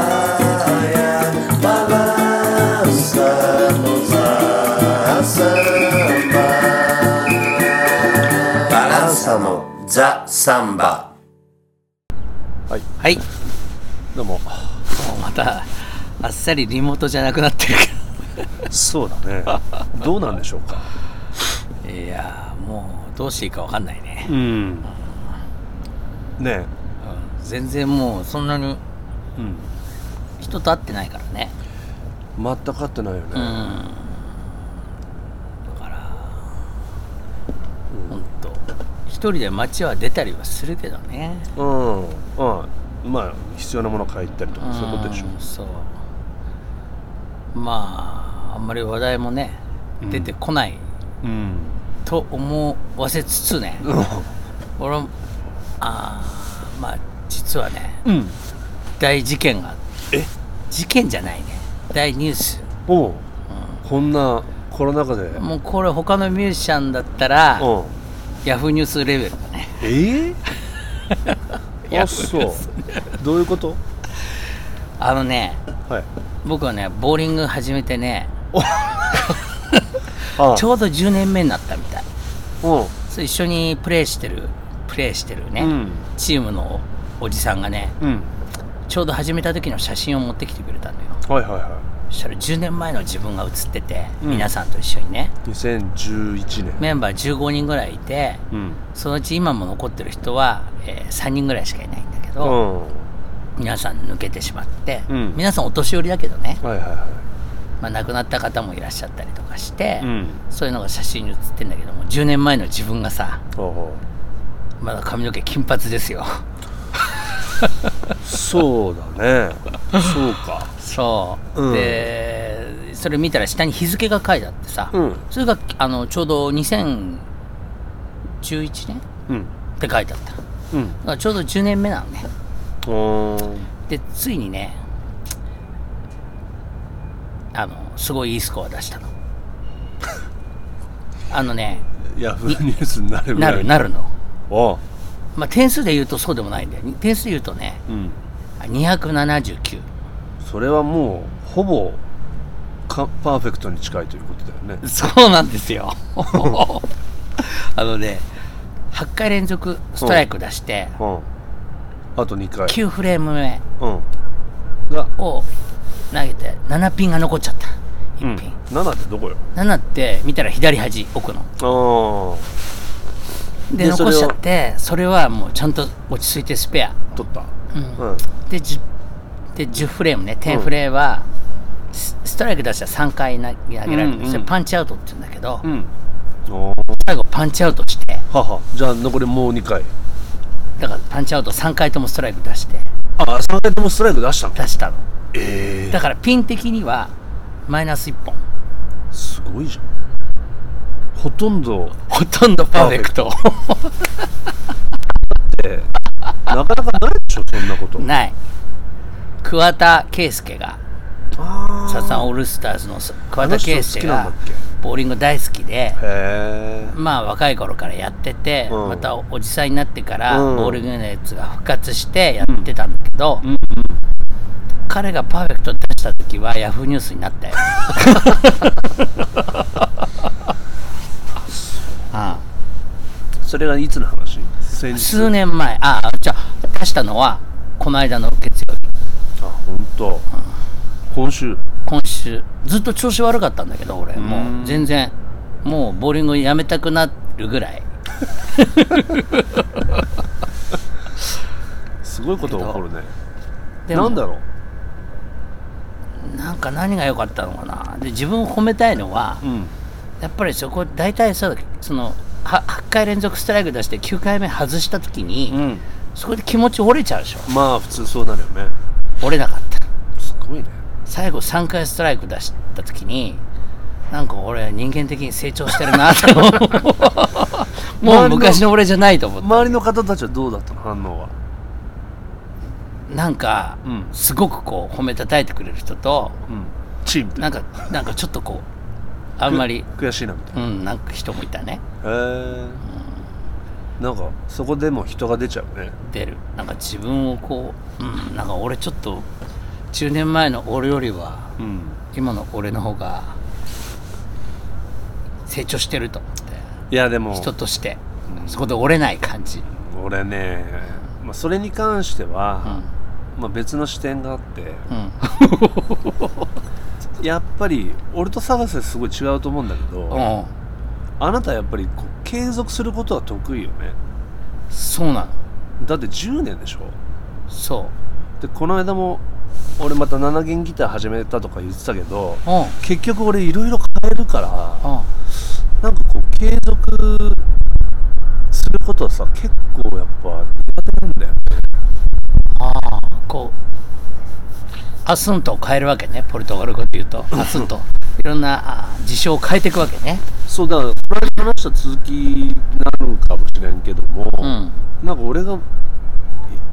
Layan balançamos a samba. Balançamos a samba. はい。どうももうまた、あっさりリモートじゃなくなってるそうだ ねどうなんでしょうかけど。いやー、もう、どうしていいかわかんないね。うんねうん全然もう、そんなえ、にうん、人と会ってないからね。全く合ってないようね、ん。だから、ほんと、一人で街は出たりはするけどね。うんうんまあ必要なもの買いに行ったりとかそういうことでしょんそう。まあ、あんまり話題もね、出てこないうんと思わせつつね。俺もあーまあ実はねうん大事件がえ事件じゃないね大ニュースおうこんなコロナ禍でうんもうこれ他のミュージシャンだったらヤフーニュースレベルだね ええやあそうどういうことあのねはい僕はねボーリング始めてねあちょうど10年目になったみたいうんそう一緒にプレーしてるプレーしてるね、うんチームのおじさんがねうんちょうど始めた時の写真を持ってきてくれたんだよはいはいはそしたら10年前の自分が写ってて、うん皆さんと一緒にねい2011年メンバー15人ぐらいいてうんそのうち今も残ってる人は、えー3人ぐらいしかいないんだけうんど、は皆さん抜けてしまって、うん皆さんお年寄りだけどねい、はいはまあ、亡くなった方もいらっしゃったりとかして、いうんそういうのが写真に写ってんだけども10年前の自分がさああまだ髪の毛金髪ですよ そうだねそうかそう、うんでそれ見たら下に日付が書いてあってさ、うんそれがあのちょうど2011年うんって書いてあっただかうんらちょうど10年目なのねおーでついにねあのすごいいいスコア出した のあのねヤフーニュースになるぐならいるなるのああまあ点数で言うとそうでもないんだよ点数で言うとねうん279それはもうほぼかパーフェクトに近いということだよねそうなんですよ あのね8回連続ストライク出してうんあと2回9フレーム目うんがを投げて7ピンが残っちゃった1ピン、 7ってどこよ7って見たら左端奥のあででそれを残しちゃってそれはもうちゃんと落ち着いてスペア、あ取ったうんうんで 10, で10フレームね10フレームは、スストライク出したら3回投げられるんですうよ、んうんパンチアウトって言うんだけど、うん最後パンチアウトしてははじゃあ残りもう2回だからパンチアウト3回ともストライク出してああ3回ともストライク出したの出したのええだからピン的にはマイナス1本すごいじゃんほとんどほとんどパーフェクトなかなかないでしょそんなことない桑田佳祐があサザンオールスターズの桑あ田の佳人好祐きなんだがっけボーリング大好きでへえまあ若い頃からやってて、うんまたおじさんになってから、うんボーリングのやつが復活してやってたんだけど、んうん彼がパーフェクト出した時はヤフーニュースに なったよ。あそれがいつの話先あ日数年前ああじゃあ出したのはこの間の月曜日あ本当。今週今週ずっと調子悪かったんだけど俺もう全然もうボーリングやめたくなるぐらいすごいことが起こるねでもなんだろうなんか何が良かったのかなで自分を褒めたいのは、うんやっぱりそこ大体そうだそのは8回連続ストライク出して9回目外した時に、うんそこで気持ち折れちゃうでしょまあ普通そうなるよね折れなかったすごいね最後3回ストライク出した時になんか俺人間的に成長してるなと思 うもう昔の俺じゃないと思って周りの方たちはどうだったの反応はなんか、うんすごくこう褒めたたえてくれる人とうんチームってなんかなんかちょっとこうあんまり悔しいなみたいうんなんか人もいたねなへえなんかそこでも人が出ちゃうね出るなんか自分をこう、うん、なんか俺ちょっと10年前の俺よりはうん今の俺の方が成長してると思っていやでも人としてそこで折れない感じ俺ね、まあ、それに関してうんは、まあ、別の視点があってうんやっぱり俺と探せすごい違うと思うんだけど、うんあなたやっぱりこう継続することは得意よねそうなのだって10年でしょそでこの間も俺また7弦ギター始めたとか言ってたけどううん結局俺いろいろ変えるからうんなんかこう継続することはさ結構やっぱ苦手なんだよああこうアスントを変えるわけねポルトガル語で言うとアスントいろんなあー事象を変えていくわけねそうだからこの間話した続きになるかもしれんけども、うんなんか俺が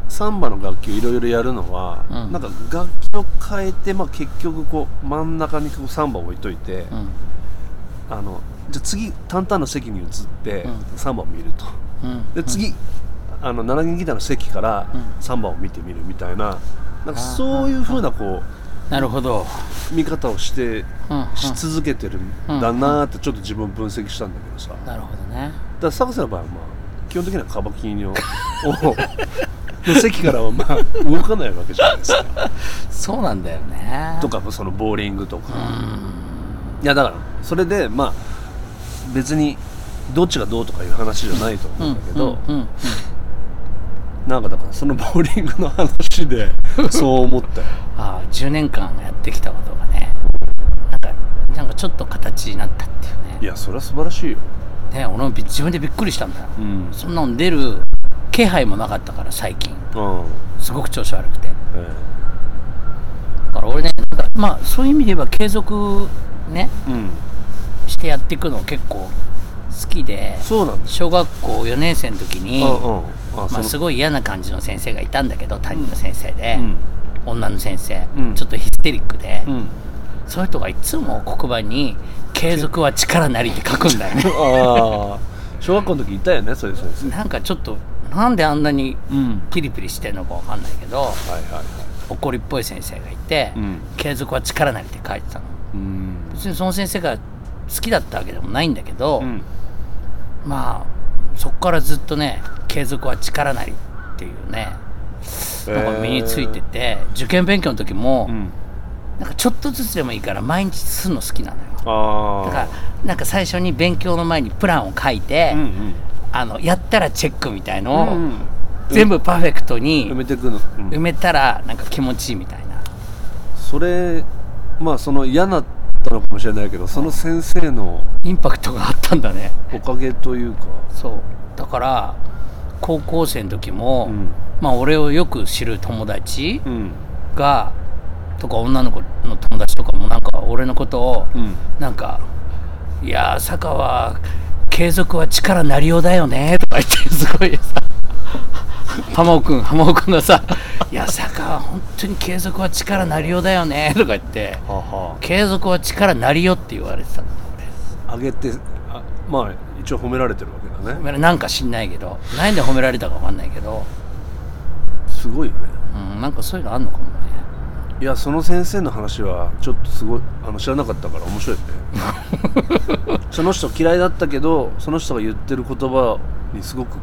サンバの楽器をいろいろやるのは、うんなんか楽器を変えて、まあ、結局こう真ん中にこうサンバを置いといて、うんあのじゃあ次タンタンの席に移って、うサンバを見るとうんで次、あの7弦ギターの席からうサンバを見てみるみたいななんかあーそういうふうなこなるほど、う見方をしてうんうんし続けてるんだなーってちょっと自分分析したんだけどさだかなるほどねらサカセの場合はまあ基本的にはカバキ ニををの席からはまあ動かないわけじゃないですかそうなんだよねとかそのボーリングとかいやだからそれでまあ別にどっちがどうとかいう話じゃないとう思うんんだけど、うんうんうんなんかだからそのボーリングの話 でそう思ったよああ10年間やってきたことがねなんかなんかちょっと形になったっていういねやそれは素晴らしいよ、ね俺もび自分でびっくりしたんだようんそんなの出る気配もなかったから最近うんすごく調子悪くてえだから俺ねなんかまあそういう意味で言えば継続ねえうん、してやっていくの結構好きでそうなんです小学校4年生の時に、うんうんあまあ、そすのごい嫌な感じの先生がいたんだけど担任の先生で、うん女の先生、うんちょっとヒステリックで、うん そういう人がいつも黒板に「継続は力なり」って書くんだよ ねああ小学校の時いたよねそういう先生なんかちょっとなんであんなにうんピリピリしてんのかわかんないけどはいはいはい怒りっぽい先生がいて「うん継続は力なり」って書いてたのうん別にその先生が好きだったわけでもないんだけど、うんまあそこからずっとね継続は力なりっていうねなんか身についてて、受験勉強の時も、うんなんかちょっとずつでもいいから毎日するの好きなのよあだあからなんか最初に勉強の前にプランを書いて、うんうんあのやったらチェックみたいのを、うんうん全部パーフェクトに埋めてくの、うん埋めたらなんか気持ちいいみたいなそれまあその嫌だったのかもしれないけどその先生のインパクトがあったんだねおかげというかそうだから高校生の時も、うんまあ俺をよく知る友達うんが、とか女の子の友達とかもなんか俺のことを、うんなんか「いやー坂は継続は力なりようだよね」とか言ってすごいさ浜尾君浜尾君がさ「いや坂は本当に継続は力なりようだよね」とか言ってはあは「継続は力なりよ」って言われてたのあ上げてあまあ一応褒められてるわけだ俺ねごめんなんか知んないけど何で褒められたかわかんないけど、すごいよねうん、なんかそういうのあんのかもねいやその先生の話はちょっとすごいあの知らなかったから面白いね その人嫌いだったけどその人が言ってる言葉にすごくこ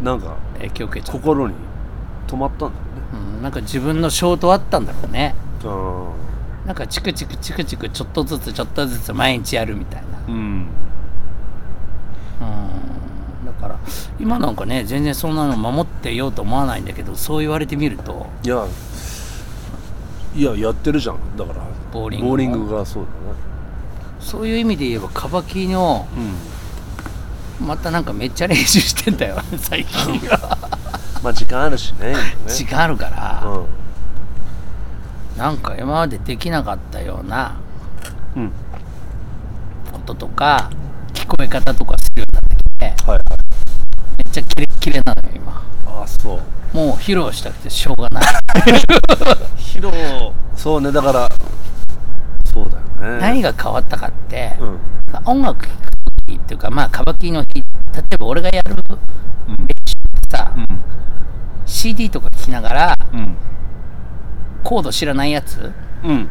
うなんか影響受けちゃう、心に止まったんだよねうん、なんか自分の衝動あったんだろうねあなんかチクチクチクチクちょっとずつちょっとずつ毎日やるみたいなあうんうんだから今なんかね全然そんなの守ってようと思わないんだけどそう言われてみるといやいややってるじゃんだからボーリングもがそうだねそういう意味で言えばカバキのうんまたなんかめっちゃ練習してんだよ 最近まあ時間あるしね 時間間あるから、うんなんか今までできなかったようなうんこととか聞こえ方とかするようになってきてめっはいはいちゃキレッキレなのよ今ああそうもう披露したくてしょうが ない披露そうねだからそうだよね何が変わったかって、うん音楽聴く時っていうかまあカバキの弾い例えば俺がやるさ、CD とか聴きながらうんコード知らないやつうんうん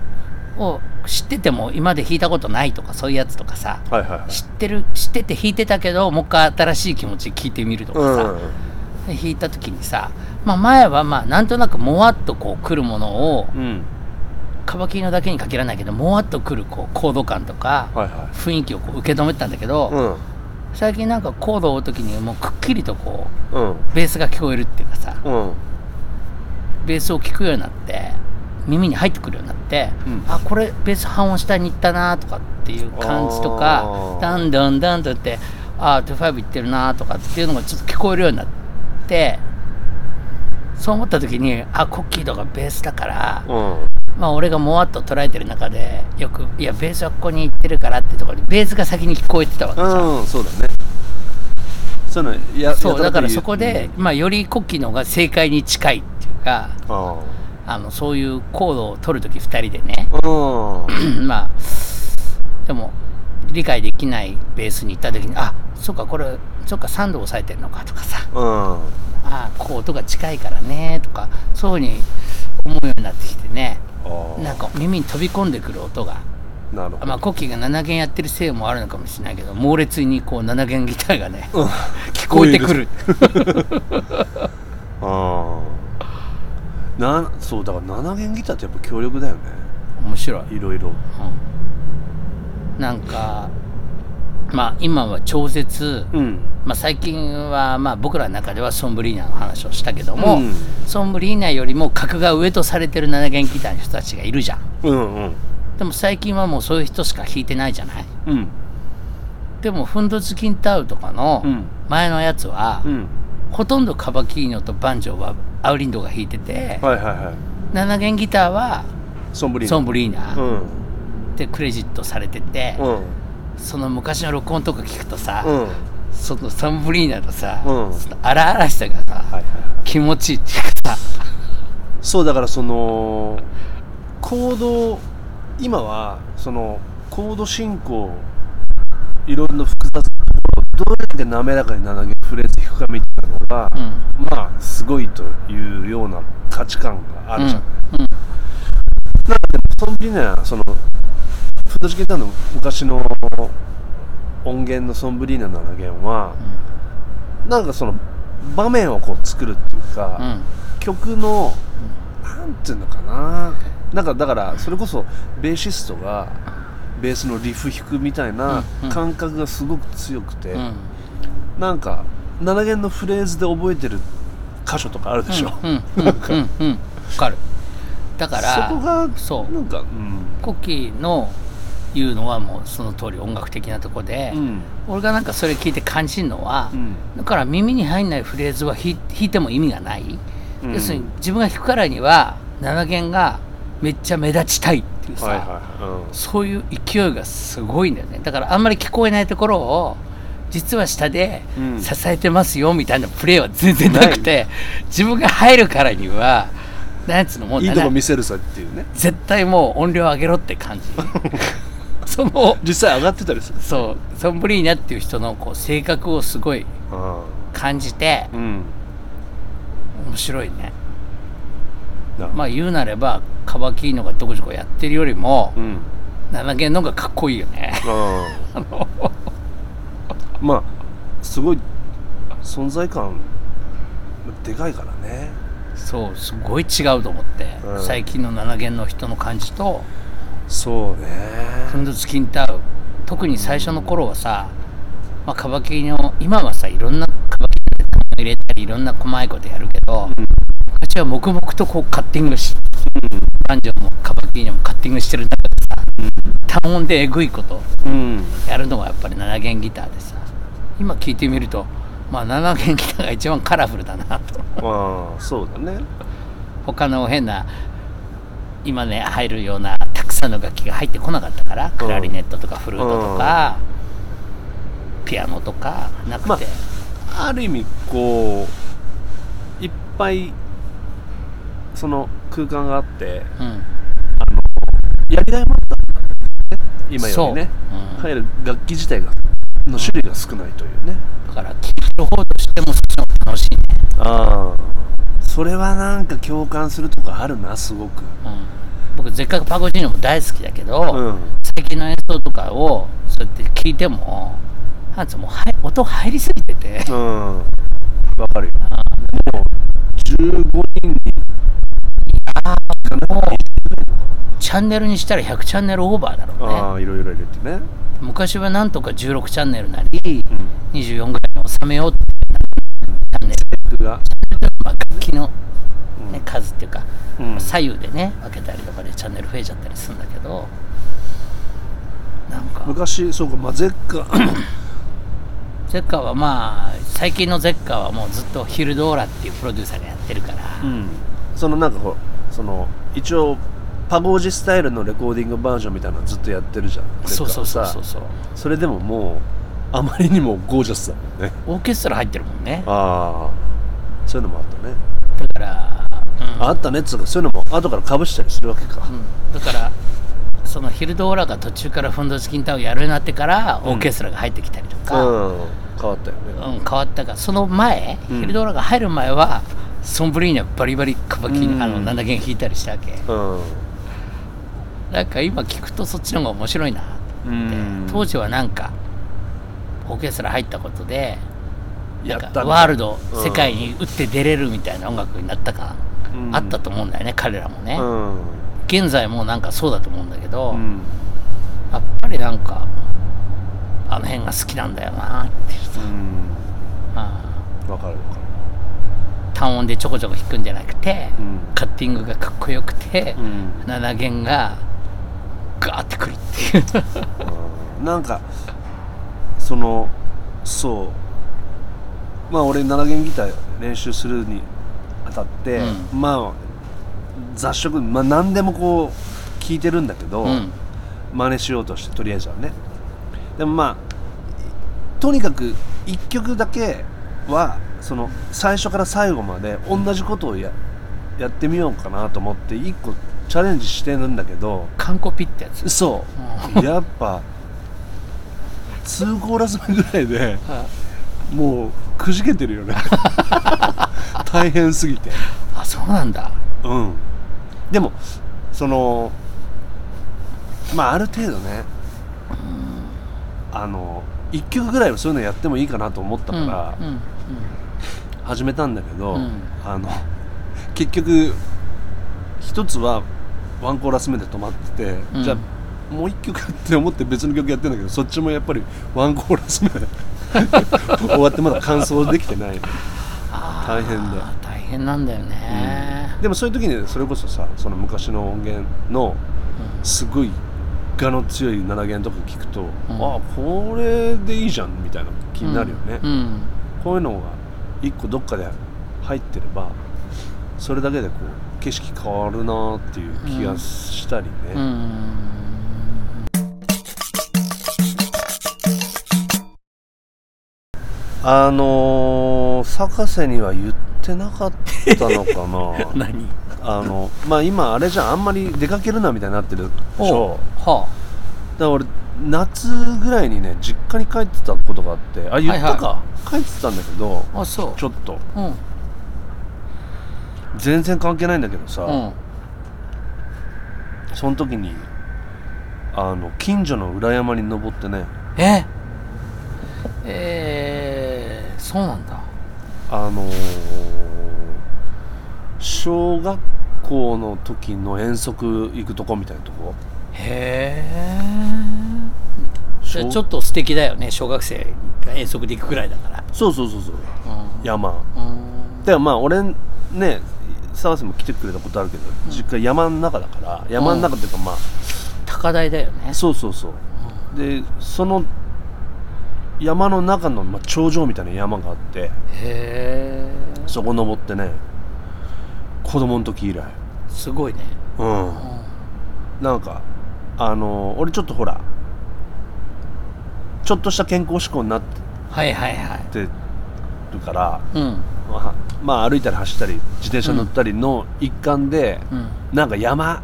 を知ってても今まで弾いたことないとかそういうやつとかさはいはいはい知ってる知ってて弾いてたけどもう一回新しい気持ちで聴いてみるとかさ、で弾いた時にさ、まあ、前はまあなんとなくもわっとこう来るものをうんうんカバキリのだけに限らないけどもわっと来るこうコード感とかはいは雰囲気をこう受け止めてたんだけど、いうん最近なんかコードを追う時にもうくっきりとこうんうベースが聞こえるっていうかさうんベースを聞くようになって耳に入ってくるようになって、うんあこれベース半音下に行ったなとかっていう感じとあかーダンダンダンとってあー25行ってるなとかっていうのがちょっと聞こえるようになってそう思った時にあコッキーとかベースだから、うんまあ俺がもわっと捉えてる中でよくいやベースはここに行ってるからってところでベースが先に聞こえてたわけじゃうんんそうだねそういうのやそうやだたからと言そこで、まあ、よりコッキーの方が正解に近いっていうかうんああのそういうコードを取る時2人でね、 あうんうんまあでも理解できないベースに行った時にあそっかこれそっか3度押さえてるのかとかさうんあこう音が近いからねとかそういうふうに思うようになってきてねああなんか耳に飛び込んでくる音が。なるほどまあ、コッキーが7弦やってるせいもあるのかもしれないけど猛烈にこう7弦ギターがね、うん聞こえてくるああなそうだから7弦ギターってやっぱ強力だよね面白いいろいろうんなんかまあ今は調節、うんまあ、最近はまあ僕らの中ではソンブリーナの話をしたけども、うんソンブリーナよりも格が上とされてる7弦ギターの人たちがいるじゃんうんうんでも最近はもうそういう人しか弾いてないじゃないうんでもフンドズキンタウとかのうん前のやつは、うんほとんどカバキーニョとバンジョーはアウリンドが弾いてて、はいはいはい7弦ギターはソンブリーナソンブリーうナんってクレジットされてて、うんその昔の録音とか聞くとさ、うんそのサンブリーナのさ、うんその荒々しさがさ、はいはい気持ちいいっていうかさ、そうだからその行動今はそのコード進行いろんな複雑なところをどうやって滑らかに7弦フレーズ弾くかみたいなのがうんまあすごいというような価値観があるじゃん、その時にはそのフットジケーターの昔の音源のソンブリーナ7弦はなんかその場面をこう作るっていうか、うん曲のなんていうのかななんかだからそれこそベーシストがベースのリフ弾くみたいなうんうん感覚がすごく強くて、うんうんなんか7弦のフレーズで覚えてる箇所とかあるでしょ、うんうんうんうんわかるだからそこがそうなんかうんコッキーの言うのはもうその通り音楽的なとこで、うん俺がなんかそれ聞いて感じるのは、うんだから耳に入んないフレーズは弾い弾いても意味がない、うん要するに自分が弾くからには7弦がめっちゃ目立ちたいっていうさ、はいはいはい、うんそういう勢いがすごいんだよねだからあんまり聞こえないところを実は下でうん支えてますよみたいなプレーは全然なくて、自分が入るからにはなんつうのもういいとこな見せるさっていうね絶対もう音量上げろっ て感じその実際上がってたりするそうソンブリーナっていう人のこう性格をすごい感じてうん面白いねなまあ言うなればカバキーノがどこどこやってるよりもうん7弦の方がかっこいいよねあまあすごい存在感でかいからねそうすごい違うと思って、うん最近の7弦の人の感じとそうねフンドツキンタウ特に最初の頃はさ、まあ、カバキリの今はさいろんなカバキリの入れたりいろんな細いことやるけど、昔は黙々とこうカッティングし男女もカバキリもカッティングしてる中でさ、単音でえぐいことうんやるのがやっぱり7弦ギターでさ今聞いてみると、まあ、7弦ギターが一番カラフルだなと。ああそうだね他の変な今ね入るようなたくさんの楽器が入ってこなかったから、クラリネットとかフルートとか、ピアノとかなくて、まある意味こういっぱいその空間があってうん、やりがいもあったんだね今よりねそううん入る楽器自体がの種類が少ないというね、だから聞く方としてもそっちの方が楽しいね、ああそれはなんか共感するとかあるなすごくうん、僕せっかくパゴジーノも大好きだけど、うん最近の演奏とかをそうやって聞いてもなんつうのもうはい音入りすぎててうんわかるよもう15人にもうチャンネルにしたら100チャンネルオーバーだろうあねあいろいろ入れてね昔はなんとか16チャンネルなりうん24ぐらいに収めようってチャンネル僕が、まあ楽器の、うんね、数っていうかうん左右でね分けたりとかでチャンネル増えちゃったりするんだけどなんか昔そうかまあゼッカゼッカーはまあ最近のゼッカーはもうずっとヒルドーラっていうプロデューサーがやってるから、うん そのなんかほらその一応パゴージスタイルのレコーディングバージョンみたいなのずっとやってるじゃんそうそうそうゼッカそはうさそうそれでももうあまりにもゴージャスだもんねオーケストラ入ってるもんねああそういうのもあったね、だから、うんあったねっつうかそういうのも後からかぶしたりするわけかうんだからそのヒルドーラが途中からフンドチキンタウンやるようになってからオーケストラが入ってきたりとうか、うんん変わったよね変わったがその前、うんヒルドーラが入る前はソンブリーニャバリバリカバキ、うんあのなんだけ弾いたりしたわけうん、なんか今聞くとそっちの方が面白いなうん当時はなんかオーケストラ入ったことでなんやっかたねワールド、うん世界に打って出れるみたいな音楽になったか、うんあったと思うんだよね彼らもね、うん現在もなんかそうだと思うんだけど、うんやっぱりなんかあの辺が好きなんだよなっていうさ、うんわかるわかる単音でちょこちょこ弾くんじゃなくて、うんカッティングがかっこよくて、うん7弦がガーってくるっていうなんかそのそうまあ俺7弦ギター練習するにあたって、うまあ雑食、まあ、何でもこう聞いてるんだけど、うん真似しようとしてとりあえずはねでもまあとにかく1曲だけはその最初から最後まで同じことをややってみようかなと思って1個チャレンジしてるんだけど完コピってやつそうやっぱ2コーラス目ぐらいであもうくじけてるよね大変すぎてあそうなんだうんでもそのまあある程度ねあの1曲ぐらいはそういうのやってもいいかなと思ったからうんうん始めたんだけど、うんあの結局一つはワンコーラス目で止まってて、うんじゃあもう一曲って思って別の曲やってんだけどそっちもやっぱりワンコーラ ス目で終わってまだ完走できてないあー大変だよ大変なんだよね、でもそういう時にそれこそさその昔の音源のすごいがの強い7弦とか聞くと、ああこれでいいじゃんみたいな気になるよね、うんこういうのが一個どっかで入ってればそれだけでこう景色変わるなっていう気がしたりね、うん、うんあのー、博士には言ってなかったのか な何あのまあ今あれじゃんあんまり出かけるなみたいになってるでしおょうはだから俺夏ぐらいにね実家に帰ってたことがあってあ言ったか、帰ってたんだけどああそうちょっとうん全然関係ないんだけどさ、うんその時にあの近所の裏山に登ってねええー、そうなんだあのー小学校の時の遠足行くとこみたいなとこへえじゃあちょっと素敵だよね小学生が遠足で行くくらいだからそうそうそうそううん山うんでもまあ俺ね澤瀬も来てくれたことあるけど、実家山の中だから山の中っていうかまあ、高台だよねそうそうそうでその山の中の、まあ、頂上みたいな山があってへえそこ登ってね子供の時以来すごいねうんなんかあの俺ちょっとほらちょっとした健康志向になっはいはいはいてるからうんまあまあ歩いたり走ったり自転車乗ったりの一環で、うんなんか山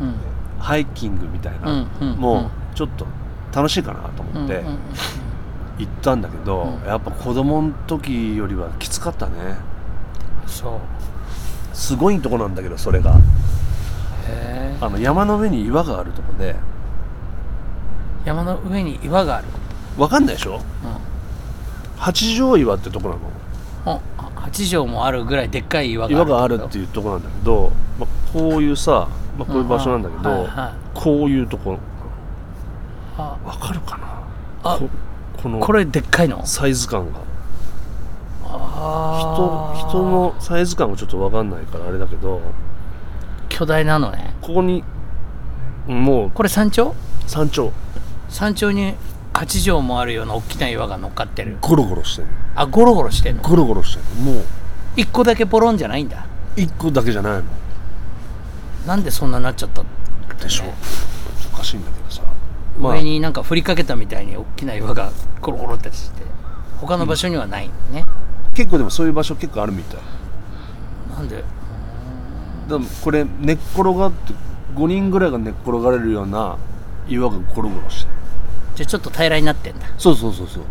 うんハイキングみたいな、うんうんもうちょっと楽しいかなと思ってうんうんうん行ったんだけど、うんやっぱ子供の時よりはきつかったねそうすごいとこなんだけどそれがへえあの山の上に岩があるとこで山の上に岩がある、わかんないでしょう八丈岩ってとこなのん、お8畳もあるぐらいでっかい岩岩ががああるるっていうとこなんだけど、まあ、こういうさ、まあ、こういう場所なんだけうんうんど、はいはいこういうとこあわかるかなあここのこれでっかいのサイズ感があ人ー人のサイズ感がちょっとわかんないからあれだけど巨大なのねここにもうこれ山頂山頂山頂に8畳もあるような大きな岩が乗っかってるゴロゴロしてるあゴロゴロしてんのゴロゴロしてるもう1個だけポロンじゃないんだ一個だけじゃないのなんでそんななっちゃったでしょおかしいんだけどさまあ上になんか振りかけたみたいに大きな岩が ゴロゴロってして他の場所にはないね、結構でもそういう場所結構あるみたいなんででもこれ寝っ転がって5人ぐらいが寝っ転がれるような岩がゴロゴロしてるじゃあちょっと平らになってんだそうそうそうそう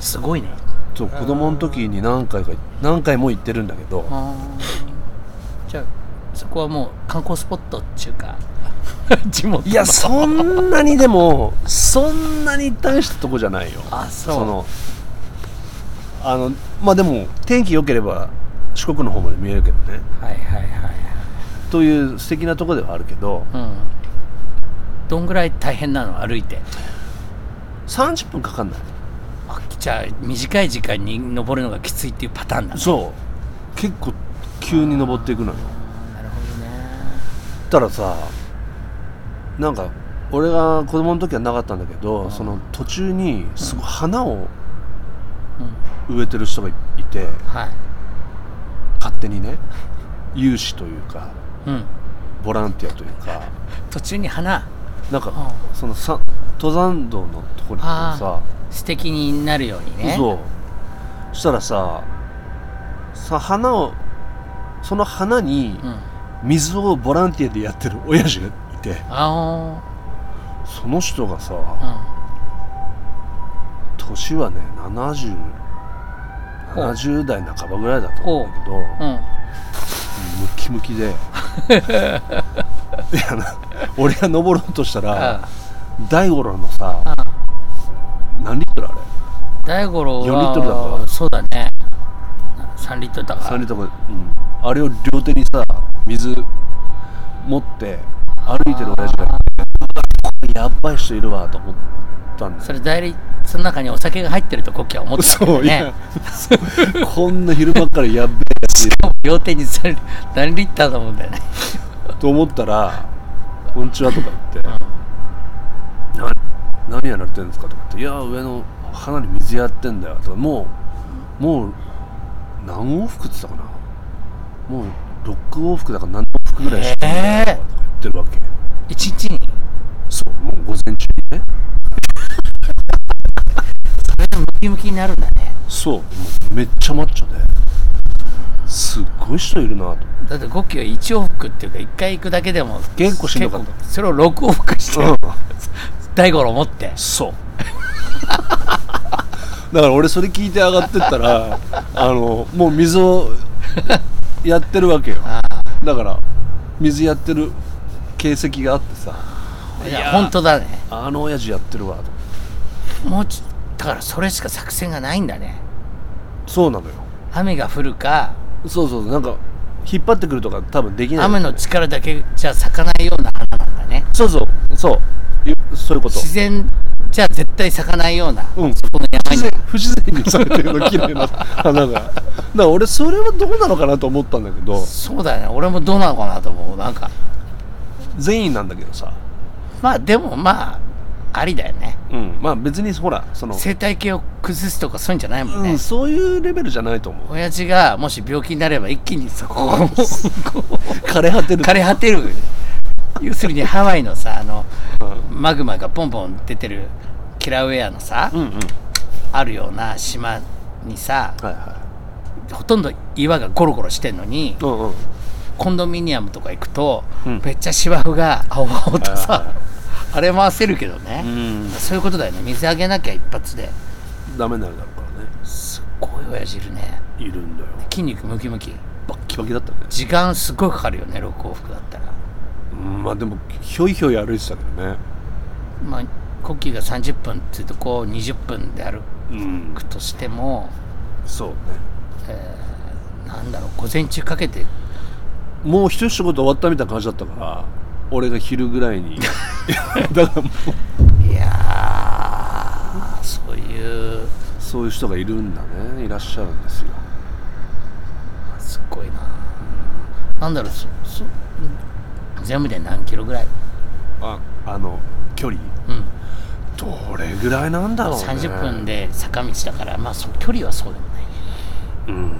すごいねそう子供の時に何回か何回も行ってるんだけどあーじゃあそこはもう観光スポットっていうか 地元のいやそんなにでもそんなに大したとこじゃないよあそうそのあのまあでも天気良ければ四国の方まで見えるけどねはいはいはいという素敵なとこではあるけどうんどんぐらい大変なの歩いて30分かかんないあじゃあ短い時間に登るのがきついっていうパターンだそう結構急に登っていくのよなるほどねったらさなんか俺が子供の時はなかったんだけど、その途中にすごい花を植えてる人がいいてはい勝手にね 有志というかうんボランティアというか途中に花なんか、うそのさ登山道のところにさあ素敵になるようにねそうそしたらささ花をその花にうん、水をボランティアでやってる親父がいてあその人がさ、ーうん年はねほう7070代半ばぐらいだと思うんだけどうんムキムキで いやな俺が登ろうとしたらあ大五郎のさ何リットルあれ大五郎は4リットルだからそうだね3リットルだから3リットル、うん、あれを両手にさ水持って歩いてる親父がうわこれやっばい人いるわと思ったんだそれ代理その中にお酒が入ってるとコキは思ってたんだそよういやねこんな昼間からやっべえやついる両手に3何リッターだもんだよねと思ったら「こんにちは」とか言って「な何やられてるんですか?」とか言って「いや上の花に水やってんだよ」とかもうもう何往復って言ってたかなもう6往復だから何往復ぐらいしてんだよとか言ってるわけ1日にそうもう午前中にねムキムキになるんだねそうもうめっちゃマッチョですっごい人いるなとだって5キロ1往復っていうか1回行くだけでも結構しんどかった結構それを6往復してうん大五郎持ってそうだから俺それ聞いて上がってった らあのもう水をやってるわけよだから水やってる形跡があってさいや本当だねあの親父やってるわともうちだからそれしか作戦がないんだねそうなのよ雨が降るかそうそうそうなんか引っ張ってくるとか多分できない雨の力だけじゃ咲かないような花なんだねそうそうそういそういうこと自然じゃ絶対咲かないようなうんこの不自山に然不自然にされてるの綺麗な花がだから俺それはどうなのかなと思ったんだけどそうだよね俺もどうなのかなと思うなんか善意なんだけどさまあでもまあありだよねうんまあ別にほらその生態系を崩すとかそういうんじゃないもんね、うん、そういうレベルじゃないと思う親父がもし病気になれば一気にそ こを枯れ果てる枯れ果てる要するにハワイのさあのマグマがポンポン出てるキラウェアのさ、うんうんはいあるような島にさはほとんど岩がゴロゴロしてんのにいうんうんコンドミニアムとか行くと、うんめっちゃ芝生が青々とさ、あれ回せるけどね、うんそういうことだよね水あげなきゃ一発でダメになるだろうからねすっごい親汁ねいるんだよ筋肉ムキムキバッキバキだったね時間すごいかかるよね6往復だったらうんまあでもひょいひょい歩いてたけどねまあコッキーが30分っていうとこう20分で歩うんくとしても、そうねえーなんだろう午前中かけてもう一仕事終わったみたいな感じだったから俺が昼ぐらい にだからもういやーそういうそういう人がいるんだねいらっしゃるんですよすっごいななんだろうそそ全部で何キロぐらい、ああの距離うんどれぐらいなんだろうね30分で坂道だからまあそう距離はそうでもないうん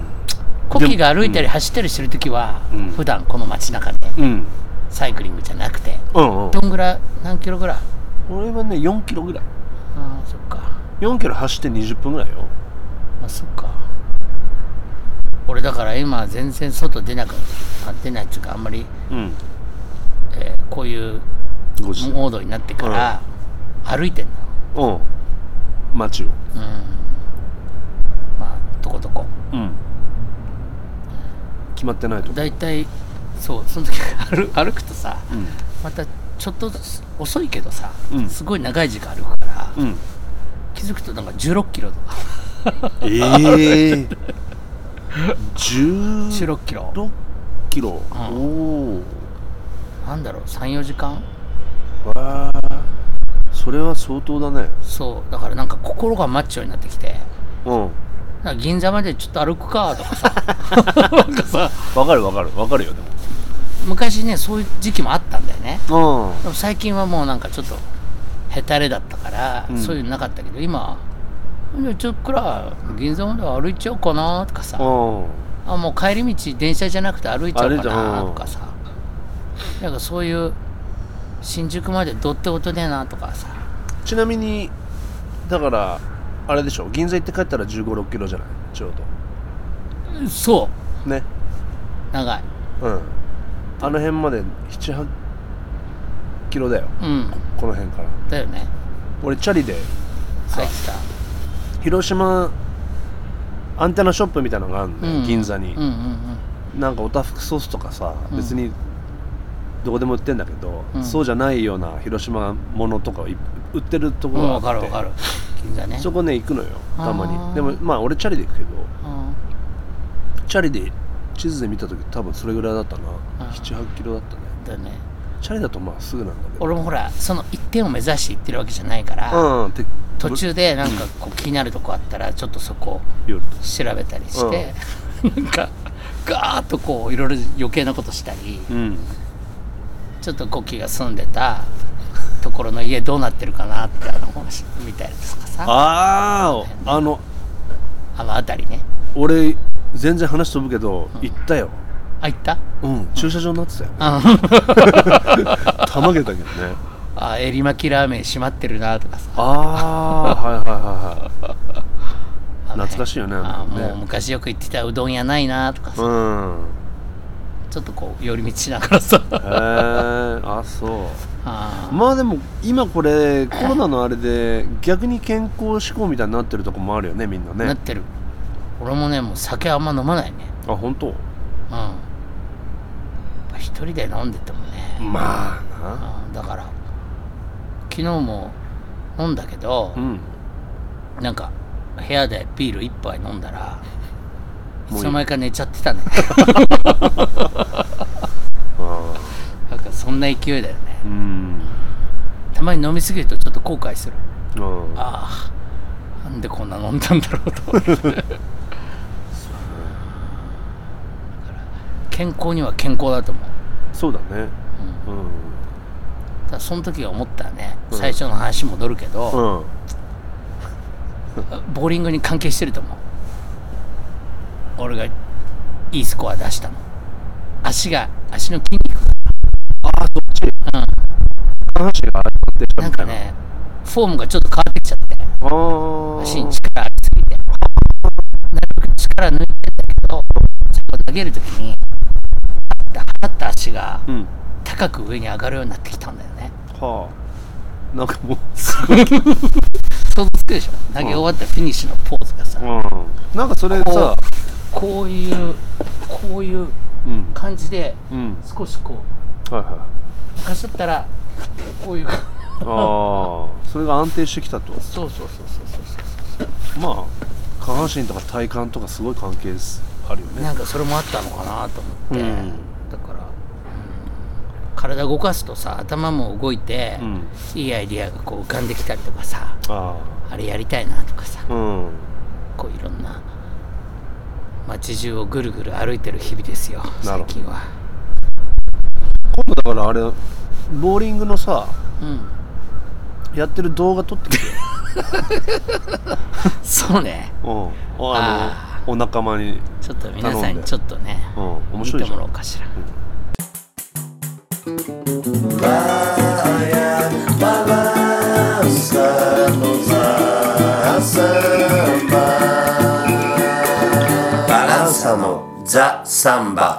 コキが歩いたり走ったりしてる時は、うん普段この街中でうんサイクリングじゃなくてうんうんどんぐらい何キロぐらい俺はね4キロぐらいああそっか4キロ走って20分ぐらいよまあそっか俺だから今全然外出なくあ出ないっていうかあんまり、うんえーこういうご時モードになってから歩いてんのうん街をうんまあとことこうん決まってないとだいたいそうその時 歩歩くとさうまたちょっとずつ遅いけどさ、うんすごい長い時間歩くからんうん気づくとなんか1 6キロとかええ 十1 6キロ六キロ、うんおなんだろう34時間おわあそれは相当だねそうだからなんか心がマッチョになってきてうんなんか銀座までちょっと歩くかとかさなんかさわかるわかるわかるよで昔ねそういう時期もあったんだよねもでも最近はもうなんかちょっとへたれだったから、うんそういうのなかったけど今じゃあちょっくら銀座まで歩いちゃおうかなとかさ、うんうんあもう帰り道電車じゃなくて歩いちゃおうかな歩いちゃうとかさなんかそういう新宿までどってことねえなとかさちなみにだからあれでしょ銀座行って帰ったら1 5 6キロじゃないちょうそどねう長いうんあの辺まで78キロだようんこの辺からだよね俺チャリで入ってた広島アンテナショップみたいなのがあるんだよ、うん銀座にうん、うんなんかおたふくソースとかさ、うん別にどこでも売ってんだけど、うんそうじゃないような広島ものとかをい売ってるとこうんろうんがあわって、かるわかる銀座ねそこね行くのよたまあーにでもまあ俺チャリで行くけどうんチャリで地図で見た時多分それぐらいだったなあー78キロだったねだよねチャリだとまあすぐなんだけど俺もほらその一点を目指して行ってるわけじゃないから、うんて途中でなんかこう気になるとこあったらちょっとそこ夜と調べたりして、なんかガーッとこういろいろ余計なことしたりうんちょっとコキが住んでたところの家どうなってるかなってあの見たりとかさあああのあの辺りね俺全然話飛ぶけど、行ったよあ行ったうん駐車場になってたよ、 たまげたけど ねあエリマキラーメン閉まってるなとかさああはいはいはいはいあの辺懐かしいよねあねもう昔よく行ってたうどん屋ないなとかさ、うんちょっとこう寄り道しながらさへえあそうあまあでも今これコロナのあれで逆に健康志向みたいになってるとこもあるよねみんなーなっねてる俺もねもう酒あんま飲まないねあ本当うんやっぱ一人で飲んでてもねまああーだから昨日も飲んだけどなう、んなんか部屋でビール一杯飲んだらいもういいつの間にか寝ちゃってたねあなんかそんな勢いだよねーうんたまに飲みすぎるとちょっと後悔するうんああなんでこんな飲んだんだろうと だから健康には健康だと思う、そうだねうん、うただその時が思ったらねうん最初の話戻るけど、んうんボーリングに関係してると思う俺がいいスコア出したの足が足の筋肉話があってたなんみたかいなねフォームがちょっと変わってきちゃってあー足に力ありすぎてなるべく力抜いてんだけどそこ投げるときに払った足がうん高く上に上がるようになってきたんだよねはなんかもう想像つくでしょ投げ終わったフィニッシュのポーズがさ、うん、なんかそれさこ、こういうこういううん、感じでうん、少しこうはいはい。昔だったらこういうああ、それが安定してきたと。そうそうそうそうそうそまあ、下半身とか体幹とかすごい関係すあるようね。なんかそれもあったのかなと思って、うんだから、うん体動かすとさ頭も動いて、うん、いいアイディアがこう浮かんできたりとかさああれやりたいなとかさあ、うん。こういろんな街中をぐるぐる歩いてる日々ですよなる最ほど近は今度だからあれ、ボーリングのさ、うんやってる動画撮ってきてよ。そうねうん、ああの、お仲間に。ちょっと皆さん頼んにでちょっとねうん、面見白いてじゃもん。らおうかしらバランサのザ・サンバ